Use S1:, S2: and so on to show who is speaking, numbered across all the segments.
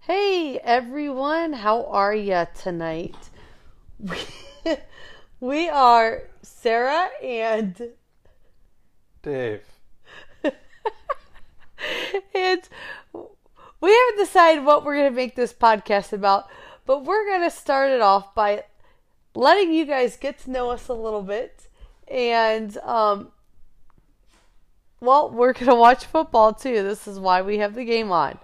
S1: Hey everyone, how are ya tonight? We, we are Sarah and
S2: Dave.
S1: and we haven't decided what we're going to make this podcast about, but we're going to start it off by letting you guys get to know us a little bit and um well, we're going to watch football too. This is why we have the game on.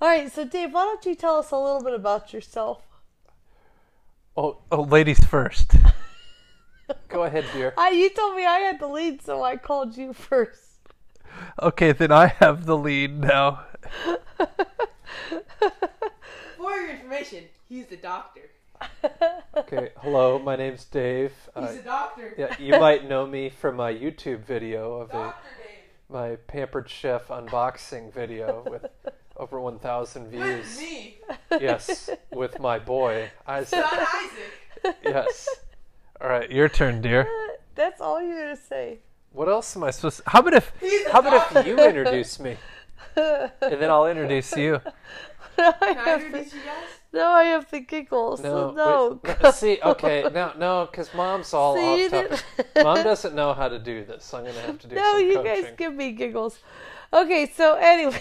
S1: All right, so Dave, why don't you tell us a little bit about yourself?
S2: Oh, oh ladies first. Go ahead, dear.
S1: I, you told me I had the lead, so I called you first.
S2: Okay, then I have the lead now.
S3: For your information, he's a doctor.
S2: Okay, hello, my name's Dave. Uh,
S3: He's a doctor.
S2: yeah, you might know me from my YouTube video of a,
S3: Doctor Dave.
S2: my Pampered Chef unboxing video with over 1,000
S3: With
S2: views.
S3: me,
S2: Yes, with my boy, Isaac.
S3: son Isaac.
S2: Yes. All right, your turn, dear.
S1: That's all you're going to say.
S2: What else am I supposed to? How about if?
S3: He's a
S2: How about if
S3: doctor.
S2: you introduce me, and then I'll introduce you?
S1: Now I
S3: Can I
S1: have to-
S3: introduce you guys?
S1: No, I have to giggle. so no.
S2: wait, no, See, okay, no, no, because mom's all
S1: See, you
S2: off topic.
S1: didn't-
S2: Mom doesn't know how to do this. so I'm gonna have to do
S1: no,
S2: some
S1: you
S2: coaching.
S1: guys give me giggles. Okay, so anyways,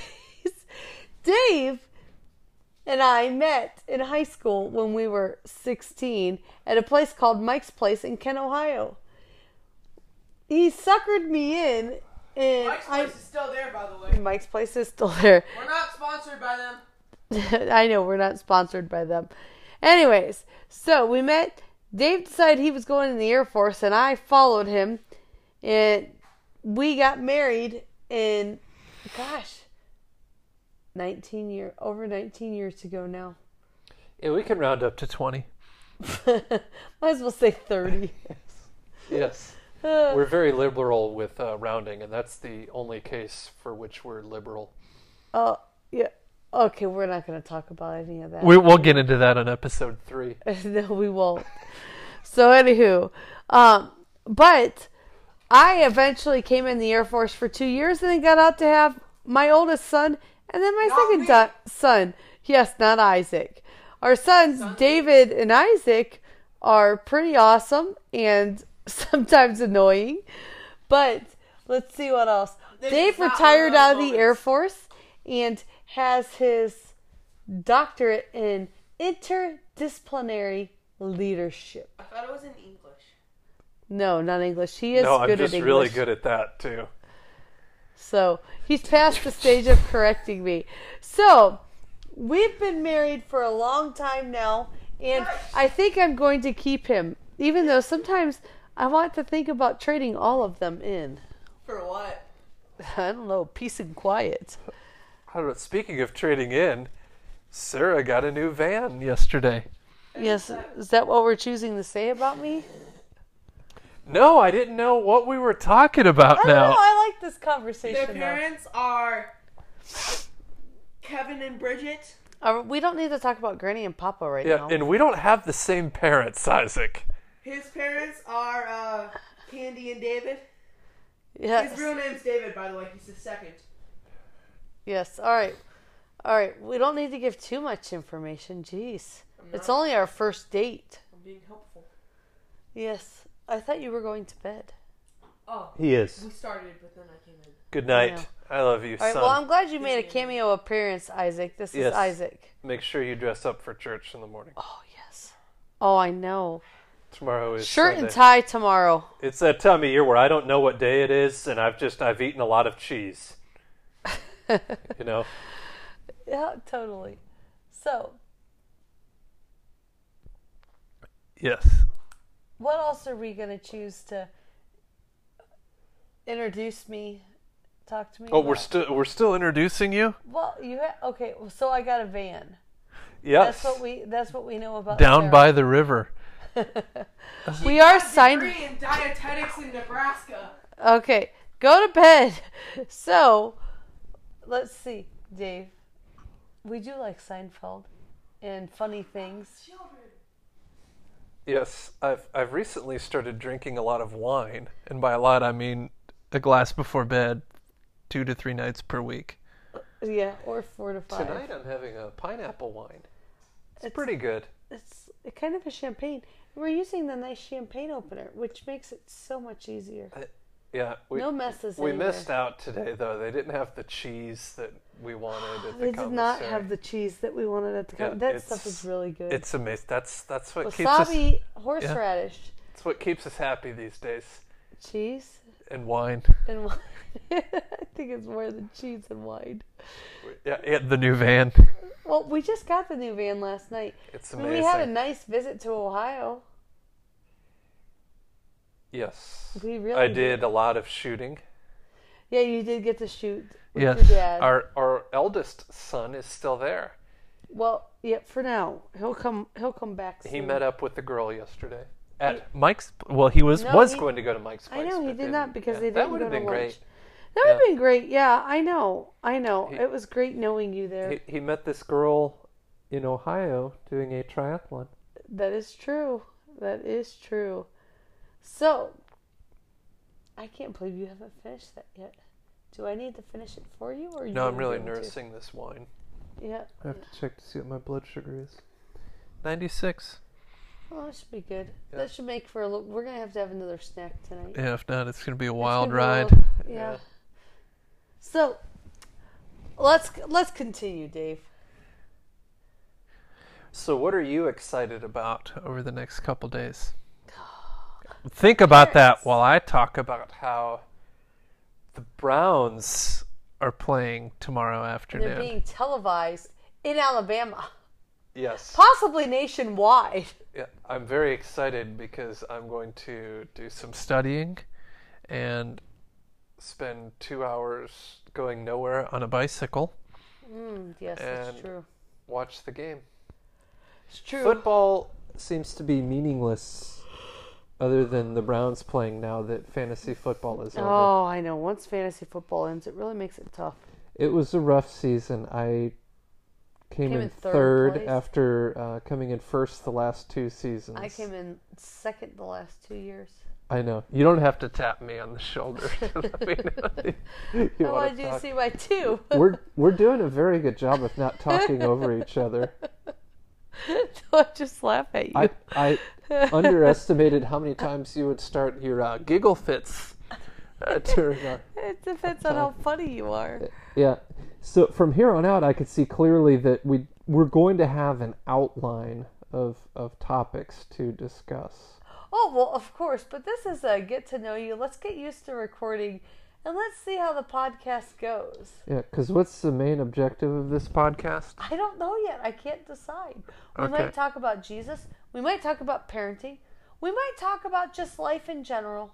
S1: Dave and I met in high school when we were 16 at a place called Mike's Place in Kent, Ohio. He suckered me in, and
S3: Mike's
S1: I-
S3: voice is still there, by the way.
S1: Mike's Place is still there.
S3: We're not sponsored by them.
S1: I know we're not sponsored by them. Anyways, so we met. Dave decided he was going in the Air Force, and I followed him, and we got married in, gosh, nineteen year over nineteen years ago now.
S2: Yeah, we can round up to twenty.
S1: Might as well say thirty.
S2: Yes,
S1: Uh,
S2: we're very liberal with uh, rounding, and that's the only case for which we're liberal.
S1: oh yeah. Okay, we're not going to talk about any of that.
S2: We, we'll get into that on episode three.
S1: no, we won't. So, anywho, um, but I eventually came in the Air Force for two years and then got out to have my oldest son and then my
S3: Not
S1: second
S3: me.
S1: do- son. Yes, not Isaac. Our sons, David and Isaac, are pretty awesome and sometimes annoying. But let's see what else.
S3: This
S1: Dave
S3: is not
S1: retired
S3: one of those
S1: out of the Air
S3: moments.
S1: Force and has his doctorate in interdisciplinary leadership.
S3: I thought it was in English.
S1: No, not English. He is
S2: no,
S1: good
S2: I'm just
S1: at English.
S2: really good at that too.
S1: So he's past the stage of correcting me. So we've been married for a long time now, and I think I'm going to keep him, even though sometimes I want to think about trading all of them in.
S3: For what?
S1: I don't know, peace and quiet.
S2: I don't know, Speaking of trading in, Sarah got a new van yesterday.
S1: Yes, is that what we're choosing to say about me?
S2: No, I didn't know what we were talking about
S1: I don't
S2: now.
S1: know. I like this
S3: Their
S1: conversation. though.
S3: parents are Kevin and Bridget.
S1: Uh, we don't need to talk about Granny and Papa right
S2: Yeah,
S1: now.
S2: and we don't have the same parents, Isaac.
S3: His parents are uh, Candy and David.
S1: yes.
S3: His real name's David, by the way. He's the second.
S1: Yes. All right. All right. We don't need to give too much information. Jeez. It's
S3: not-
S1: only our first date.
S3: I'm being helpful.
S1: Yes. I thought you were going to bed.
S3: Oh,
S2: He is.
S3: we started, but then I came in.
S2: Good night. I, love you,
S1: All right.
S2: son.
S1: Well, I'm glad you made a cameo appearance, Isaac. This is
S2: Yes.
S1: Isaac.
S2: Make sure you dress up for church in the morning.
S1: Oh, yes. Oh, I know.
S2: Tomorrow is
S1: Shirt
S2: Sunday.
S1: and tie tomorrow.
S2: It's that time of year where I don't know what day it is, and I've just I've eaten a lot of cheese. you know,
S1: Yeah, totally. So,
S2: yes.
S1: what else are we going to choose to introduce me? Talk to me.
S2: Oh, we're
S1: about?
S2: still we're still introducing you.
S1: well. You ha- okay? Well, so I got a van.
S2: Yes,
S1: That's what we. That's what we know about.
S2: down
S1: Sarah.
S2: by the river.
S1: We are signed.
S3: Degree in dietetics in Nebraska.
S1: Okay, go to bed. So, let's see, Dave. We do like Seinfeld and funny things.
S3: Children.
S2: Yes, I've I've recently started drinking a lot of wine, and by a lot I mean a glass before bed, two to three nights per week.
S1: Yeah, or four to five.
S2: Tonight I'm having a pineapple wine. It's, pretty good.
S1: It's kind of a champagne. We're using the nice champagne opener, which makes it so much easier.
S2: Yeah, we,
S1: no messes.
S2: we
S1: anywhere.
S2: missed out today though. They didn't have the cheese that we wanted at the
S1: They did not
S2: commissary.
S1: have the cheese that we wanted at the.
S2: Yeah,
S1: com that
S2: it's-
S1: stuff is really good.
S2: It's amazing. That's that's what keeps us.
S1: wasabi, horseradish,
S2: That's what keeps us happy these days.
S1: cheese,
S2: And wine.
S1: and wine. I think it's more than cheese and wine.
S2: Yeah, yeah, the new van.
S1: Well, we just got the new van last night.
S2: It's
S1: I mean, we had a
S2: amazing.
S1: nice visit to Ohio.
S2: Yes.
S1: We really
S2: I
S1: did.
S2: did a lot of shooting.
S1: Yeah, you did get to shoot with
S2: Yes.
S1: your dad.
S2: Our our eldest son is still there.
S1: well, yeah, for now he'll come. He'll come back. Soon.
S2: He met up with the girl yesterday at Mike's. Well, he was
S1: No,
S2: was
S1: he-
S2: going to go to Mike's.
S1: I
S2: Place,
S1: know he
S2: but
S1: did not because they
S2: That
S1: didn't
S2: would
S1: go
S2: have
S1: to
S2: been
S1: lunch.
S2: great.
S1: That would have
S2: Yeah.
S1: been great. Yeah, I know. I know. it was great knowing you there.
S2: He, he met this girl in Ohio doing a triathlon.
S1: that is true. That is true. So, I can't believe you haven't finished that yet. Do I need to finish it for you, or you
S2: No, I'm
S1: gonna
S2: really
S1: be able to?
S2: nursing this wine.
S1: Yeah.
S2: I have to check to see what my blood sugar is. Ninety six.
S1: Oh, that should be good.
S2: Yeah.
S1: That should make for a little. We're gonna have to have another snack tonight.
S2: Yeah, if not, it's gonna be a
S1: It's
S2: wild
S1: been a
S2: ride.
S1: little- yeah.
S2: Yeah.
S1: So, let's let's continue, Dave.
S2: So, what are you excited about over the next couple days? Think about that while I talk about how the Browns are playing tomorrow
S1: They're
S2: afternoon.
S1: being televised in Alabama,
S2: yes.
S1: possibly nationwide.
S2: Yeah, I'm very excited because I'm going to do some studying and spend two hours going nowhere on a bicycle,
S1: Mm, yes, that's
S2: And-
S1: true.
S2: watch the game.
S1: It's true.
S2: Football seems to be meaningless other than the Browns playing now that fantasy football is over.
S1: Oh, I know. Once fantasy football ends, it really makes it tough.
S2: It was a rough season. I came,
S1: Came
S2: in,
S1: in third
S2: third,
S1: place.
S2: after uh, coming in first the last two seasons.
S1: I came in second the last two years.
S2: I know. You don't have to tap me on the shoulder. to let me know that you
S1: Oh, I
S2: wanna
S1: wanted you to
S2: talk.
S1: see my two.
S2: we're we're doing a very good job of not talking over each other.
S1: so I just laugh at you.
S2: I I underestimated how many times you would start your uh, giggle fits uh, during our
S1: it depends on how funny you are.
S2: Yeah. So from here on out, I could see clearly that we we're going to have an outline of of topics to discuss.
S1: Oh, well, of course. But this is a get to know you. Let's get used to recording and let's see how the podcast goes.
S2: Yeah. Because what's the main objective of this podcast?
S1: I don't know yet. I can't decide. We
S2: Okay.
S1: might talk about Jesus. We might talk about parenting. We might talk about just life in general.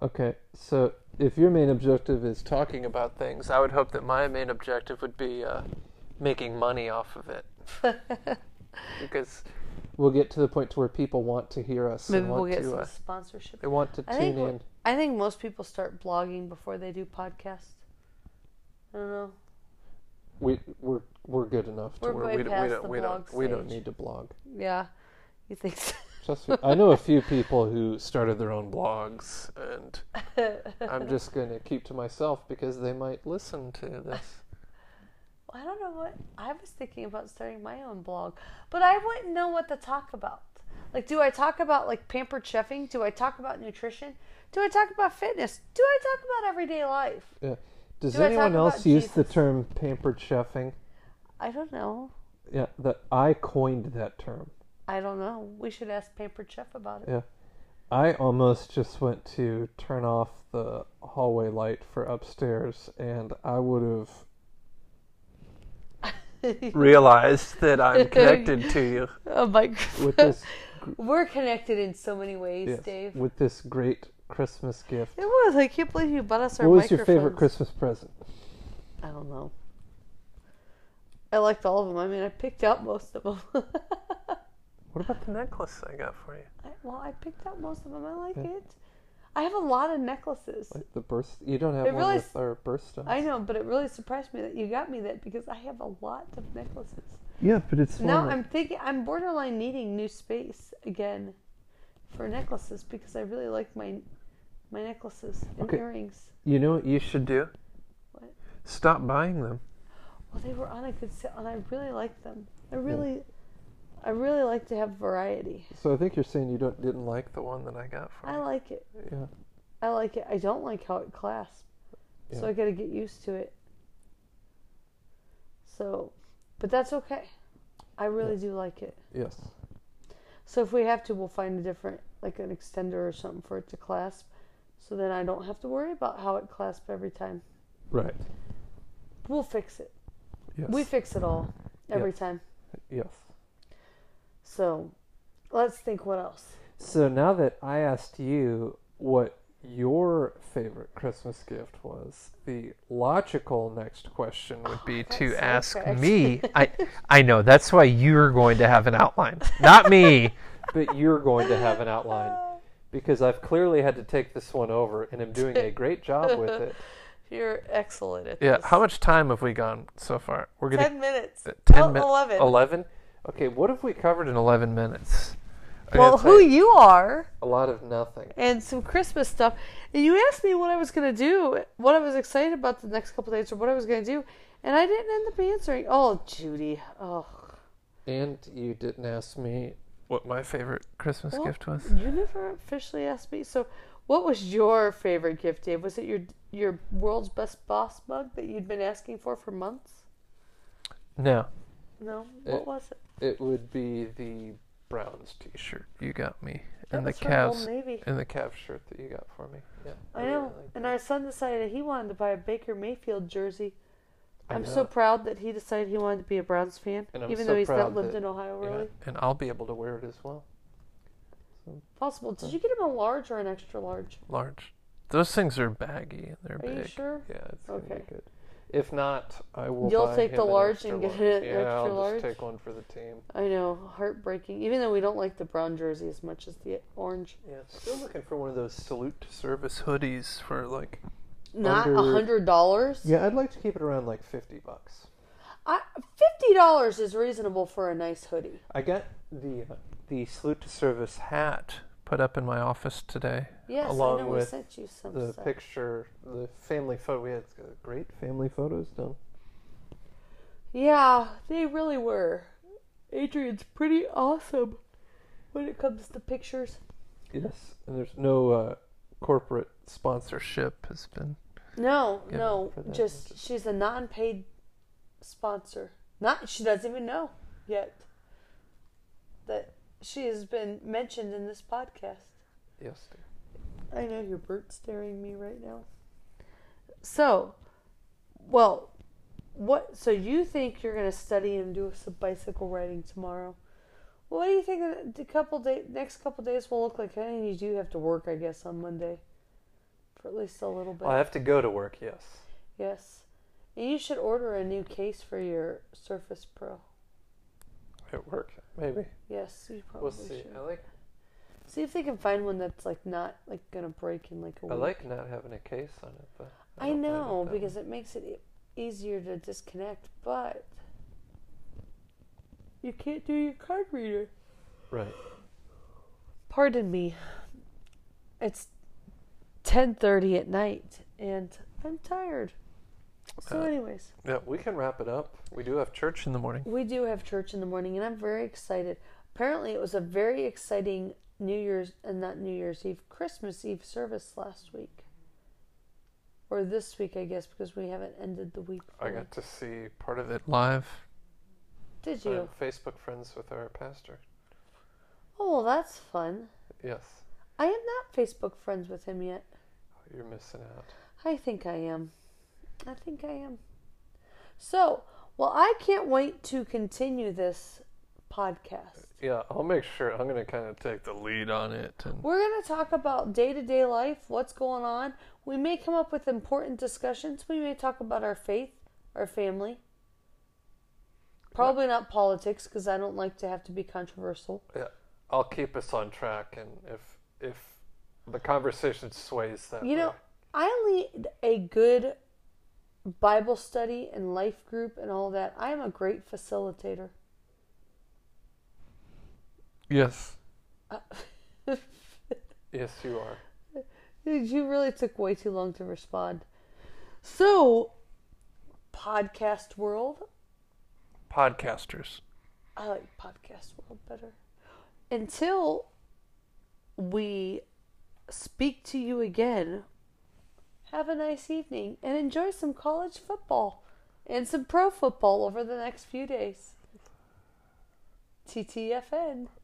S2: Okay. So if your main objective is talking about things, I would hope that my main objective would be uh, making money off of it. because we'll get to the point to where people want to hear us.
S1: Maybe
S2: and want
S1: we'll get
S2: to,
S1: some
S2: uh,
S1: sponsorship.
S2: they want to
S1: I think
S2: tune in.
S1: I think most people start blogging before they do podcasts. I don't know.
S2: We we're we're good enough to
S1: We're
S2: where
S1: way
S2: we don't we
S1: past
S2: don't
S1: the
S2: we don't,
S1: blog
S2: we don't
S1: stage.
S2: need to blog.
S1: Yeah, you think so?
S2: Trust me, I know a few people who started their own blogs, and I'm just going to keep to myself because they might listen to this.
S1: I don't know what I was thinking about starting my own blog, but I wouldn't know what to talk about. Like, do I talk about like pampered chefing? Do I talk about nutrition? Do I talk about fitness? Do I talk about everyday life?
S2: Yeah. Does
S1: Do I
S2: anyone
S1: talk
S2: else
S1: about
S2: use the
S1: Jesus?
S2: term pampered chefing?
S1: I don't know.
S2: Yeah, that I coined that term.
S1: I don't know. We should ask Pampered Chef about it.
S2: Yeah. I almost just went to turn off the hallway light for upstairs, and I would have realized that I'm
S1: connected
S2: to you
S1: oh my! God.
S2: with this,
S1: We're connected in so many ways,
S2: yes,
S1: Dave.
S2: with this great Christmas gift.
S1: It was. I can't believe you bought us our.
S2: What was your favorite
S1: microphones.
S2: Christmas present?
S1: I don't know. I liked all of them. I mean, I picked out most of them.
S2: What about the necklace I got for you?
S1: well, I picked out most of them. I like it. I have a lot of necklaces.
S2: Like the birth? You don't have
S1: It
S2: one
S1: really
S2: with our birthstone.
S1: I know, but it really surprised me that you got me that because I have a lot of necklaces.
S2: Yeah, but it's
S1: Now I'm thinking I'm borderline needing new space again for necklaces because I really like my my necklaces and
S2: Okay.
S1: earrings.
S2: You know what you should do?
S1: What?
S2: Stop buying them.
S1: Well, they were on a good sale, and I really liked them. I really, I really like to have variety.
S2: So I think you're saying you don't didn't like the one that I got for
S1: I
S2: you.
S1: like it.
S2: yeah.
S1: I like it. I don't like how it clasps, so
S2: Yeah.
S1: I got to get used to it. So, but that's okay. I really do like it.
S2: Yes.
S1: So if we have to, we'll find a different, like an extender or something for it to clasp, so then I don't have to worry about how it clasps every time.
S2: Right.
S1: We'll fix it.
S2: Yes.
S1: We fix it all every
S2: Yes.
S1: time.
S2: yes.
S1: So, let's think what else.
S2: So now that I asked you what your favorite Christmas gift was, the logical next question would be to
S1: Oh, so
S2: ask
S1: correct.
S2: me. I I know that's why you're going to have an outline, not me, but you're going to have an outline because I've clearly had to take this one over and am doing a great job with it.
S1: You're excellent at
S2: Yeah, how much time have we gone so far? We're gonna
S1: Ten minutes.
S2: ten
S1: Oh,
S2: minutes.
S1: 11.
S2: Eleven. Okay, what have we covered in eleven minutes? I
S1: Well,
S2: gotta
S1: who
S2: tell you,
S1: you are
S2: A lot of nothing.
S1: and some Christmas stuff. And you asked me what I was going to do, what I was excited about the next couple days, or what I was going to do, and I didn't end up answering. Oh, Judy. Oh,
S2: And you didn't ask me what my favorite Christmas
S1: Well,
S2: gift was.
S1: you never officially asked me. So, what was your favorite gift, Dave? Was it your your world's best boss mug that you'd been asking for for months?
S2: No,
S1: No. What
S2: It-
S1: was it?
S2: it would be the Browns T-shirt you got me, and the
S1: was from Old
S2: Cavs,
S1: Navy.
S2: and the Cavs shirt that you got for me. Yeah,
S1: I know.
S2: really liked
S1: And
S2: it.
S1: our son decided he wanted to buy a Baker Mayfield jersey.
S2: I
S1: I'm
S2: know.
S1: so proud that he decided he wanted to be a Browns fan,
S2: And I'm
S1: even
S2: so
S1: though he's not
S2: proud
S1: lived
S2: that-
S1: in Ohio
S2: yeah,
S1: really.
S2: and I'll be able to wear it as well.
S1: Possible. Did you get him a large or an extra large?
S2: Large. Those things are baggy. They're
S1: Are
S2: big.
S1: you sure?
S2: Yeah, it's gonna
S1: Okay.
S2: be good. If not, I will.
S1: You'll
S2: buy
S1: take the
S2: him an
S1: large
S2: extra
S1: and get
S2: large.
S1: it an
S2: yeah,
S1: extra
S2: I'll just
S1: large?
S2: take one for the team.
S1: I know, heartbreaking. Even though we don't like the brown jersey as much as the orange,
S2: Yeah, still looking for one of those salute to service hoodies for like.
S1: not a
S2: Under-
S1: hundred dollars.
S2: Yeah, I'd like to keep it around like fifty bucks.
S1: I- Fifty dollars is reasonable for a nice hoodie.
S2: I got the uh, the salute to service hat put up in my office today,
S1: Yes,
S2: Along
S1: I know we
S2: with
S1: sent you some
S2: the
S1: stuff.
S2: picture, the family photo. We had uh, great family photos done.
S1: Yeah, they really were. Adrian's pretty awesome when it comes to pictures.
S2: Yes, and there's no uh, corporate sponsorship has been.
S1: No,
S2: Yeah,
S1: no,
S2: for that,
S1: just she's a non-paid sponsor. Not she doesn't even know yet that she has been mentioned in this podcast.
S2: Yes, dear.
S1: I know your bird staring me right now. So, well, what? So you think you're gonna study and do some bicycle riding tomorrow? Well, what do you think the- the couple day next couple days will look like? I mean, you do have to work, I guess, on Monday for at least a little bit.
S2: Well, I have to go to work. Yes.
S1: Yes. And you should order a new case for your Surface Pro.
S2: At work, maybe.
S1: Yes, you probably
S2: We'll see.
S1: should.
S2: I like
S1: See if they can find one that's like not like gonna break in like a week.
S2: I like not having a case on it though.
S1: I
S2: don't- don't
S1: know
S2: know.
S1: because it makes it e- easier to disconnect, but you can't do your card reader.
S2: right.
S1: Pardon me. It's 10:30 at night and I'm tired. So
S2: Uh,
S1: anyways,
S2: Yeah, we can wrap it up. We do have church in the morning.
S1: We do have church in the morning, and I'm very excited. Apparently, it was a very exciting New Year's and not New Year's Eve, Christmas Eve service last week. Or this week, I guess, because we haven't ended the week.
S2: I
S1: fully.
S2: got to see part of it live.
S1: Did
S2: I'm
S1: you?
S2: Facebook friends with our pastor.
S1: Oh, well, that's fun.
S2: Yes,
S1: I am not Facebook friends with him yet.
S2: you're missing out.
S1: I think I am. I think I am. So, well, I can't wait to continue this podcast.
S2: Yeah, I'll make sure. I'm gonna kind of take the lead on it. And
S1: We're going to talk about day to day life, what's going on. We may come up with important discussions. We may talk about our faith, our family. Probably not politics because I don't like to have to be controversial.
S2: yeah, I'll keep us on track. And if if the conversation sways that,
S1: You know,
S2: way.
S1: I lead a good Bible study and life group and all that. I am a great facilitator.
S2: Yes,
S1: Uh,
S2: yes, you are.
S1: Dude, you really took way too long to respond. So, podcast world.
S2: Podcasters.
S1: I like podcast world better. Until we speak to you again, have a nice evening and enjoy some college football and some pro football over the next few days. TTFN.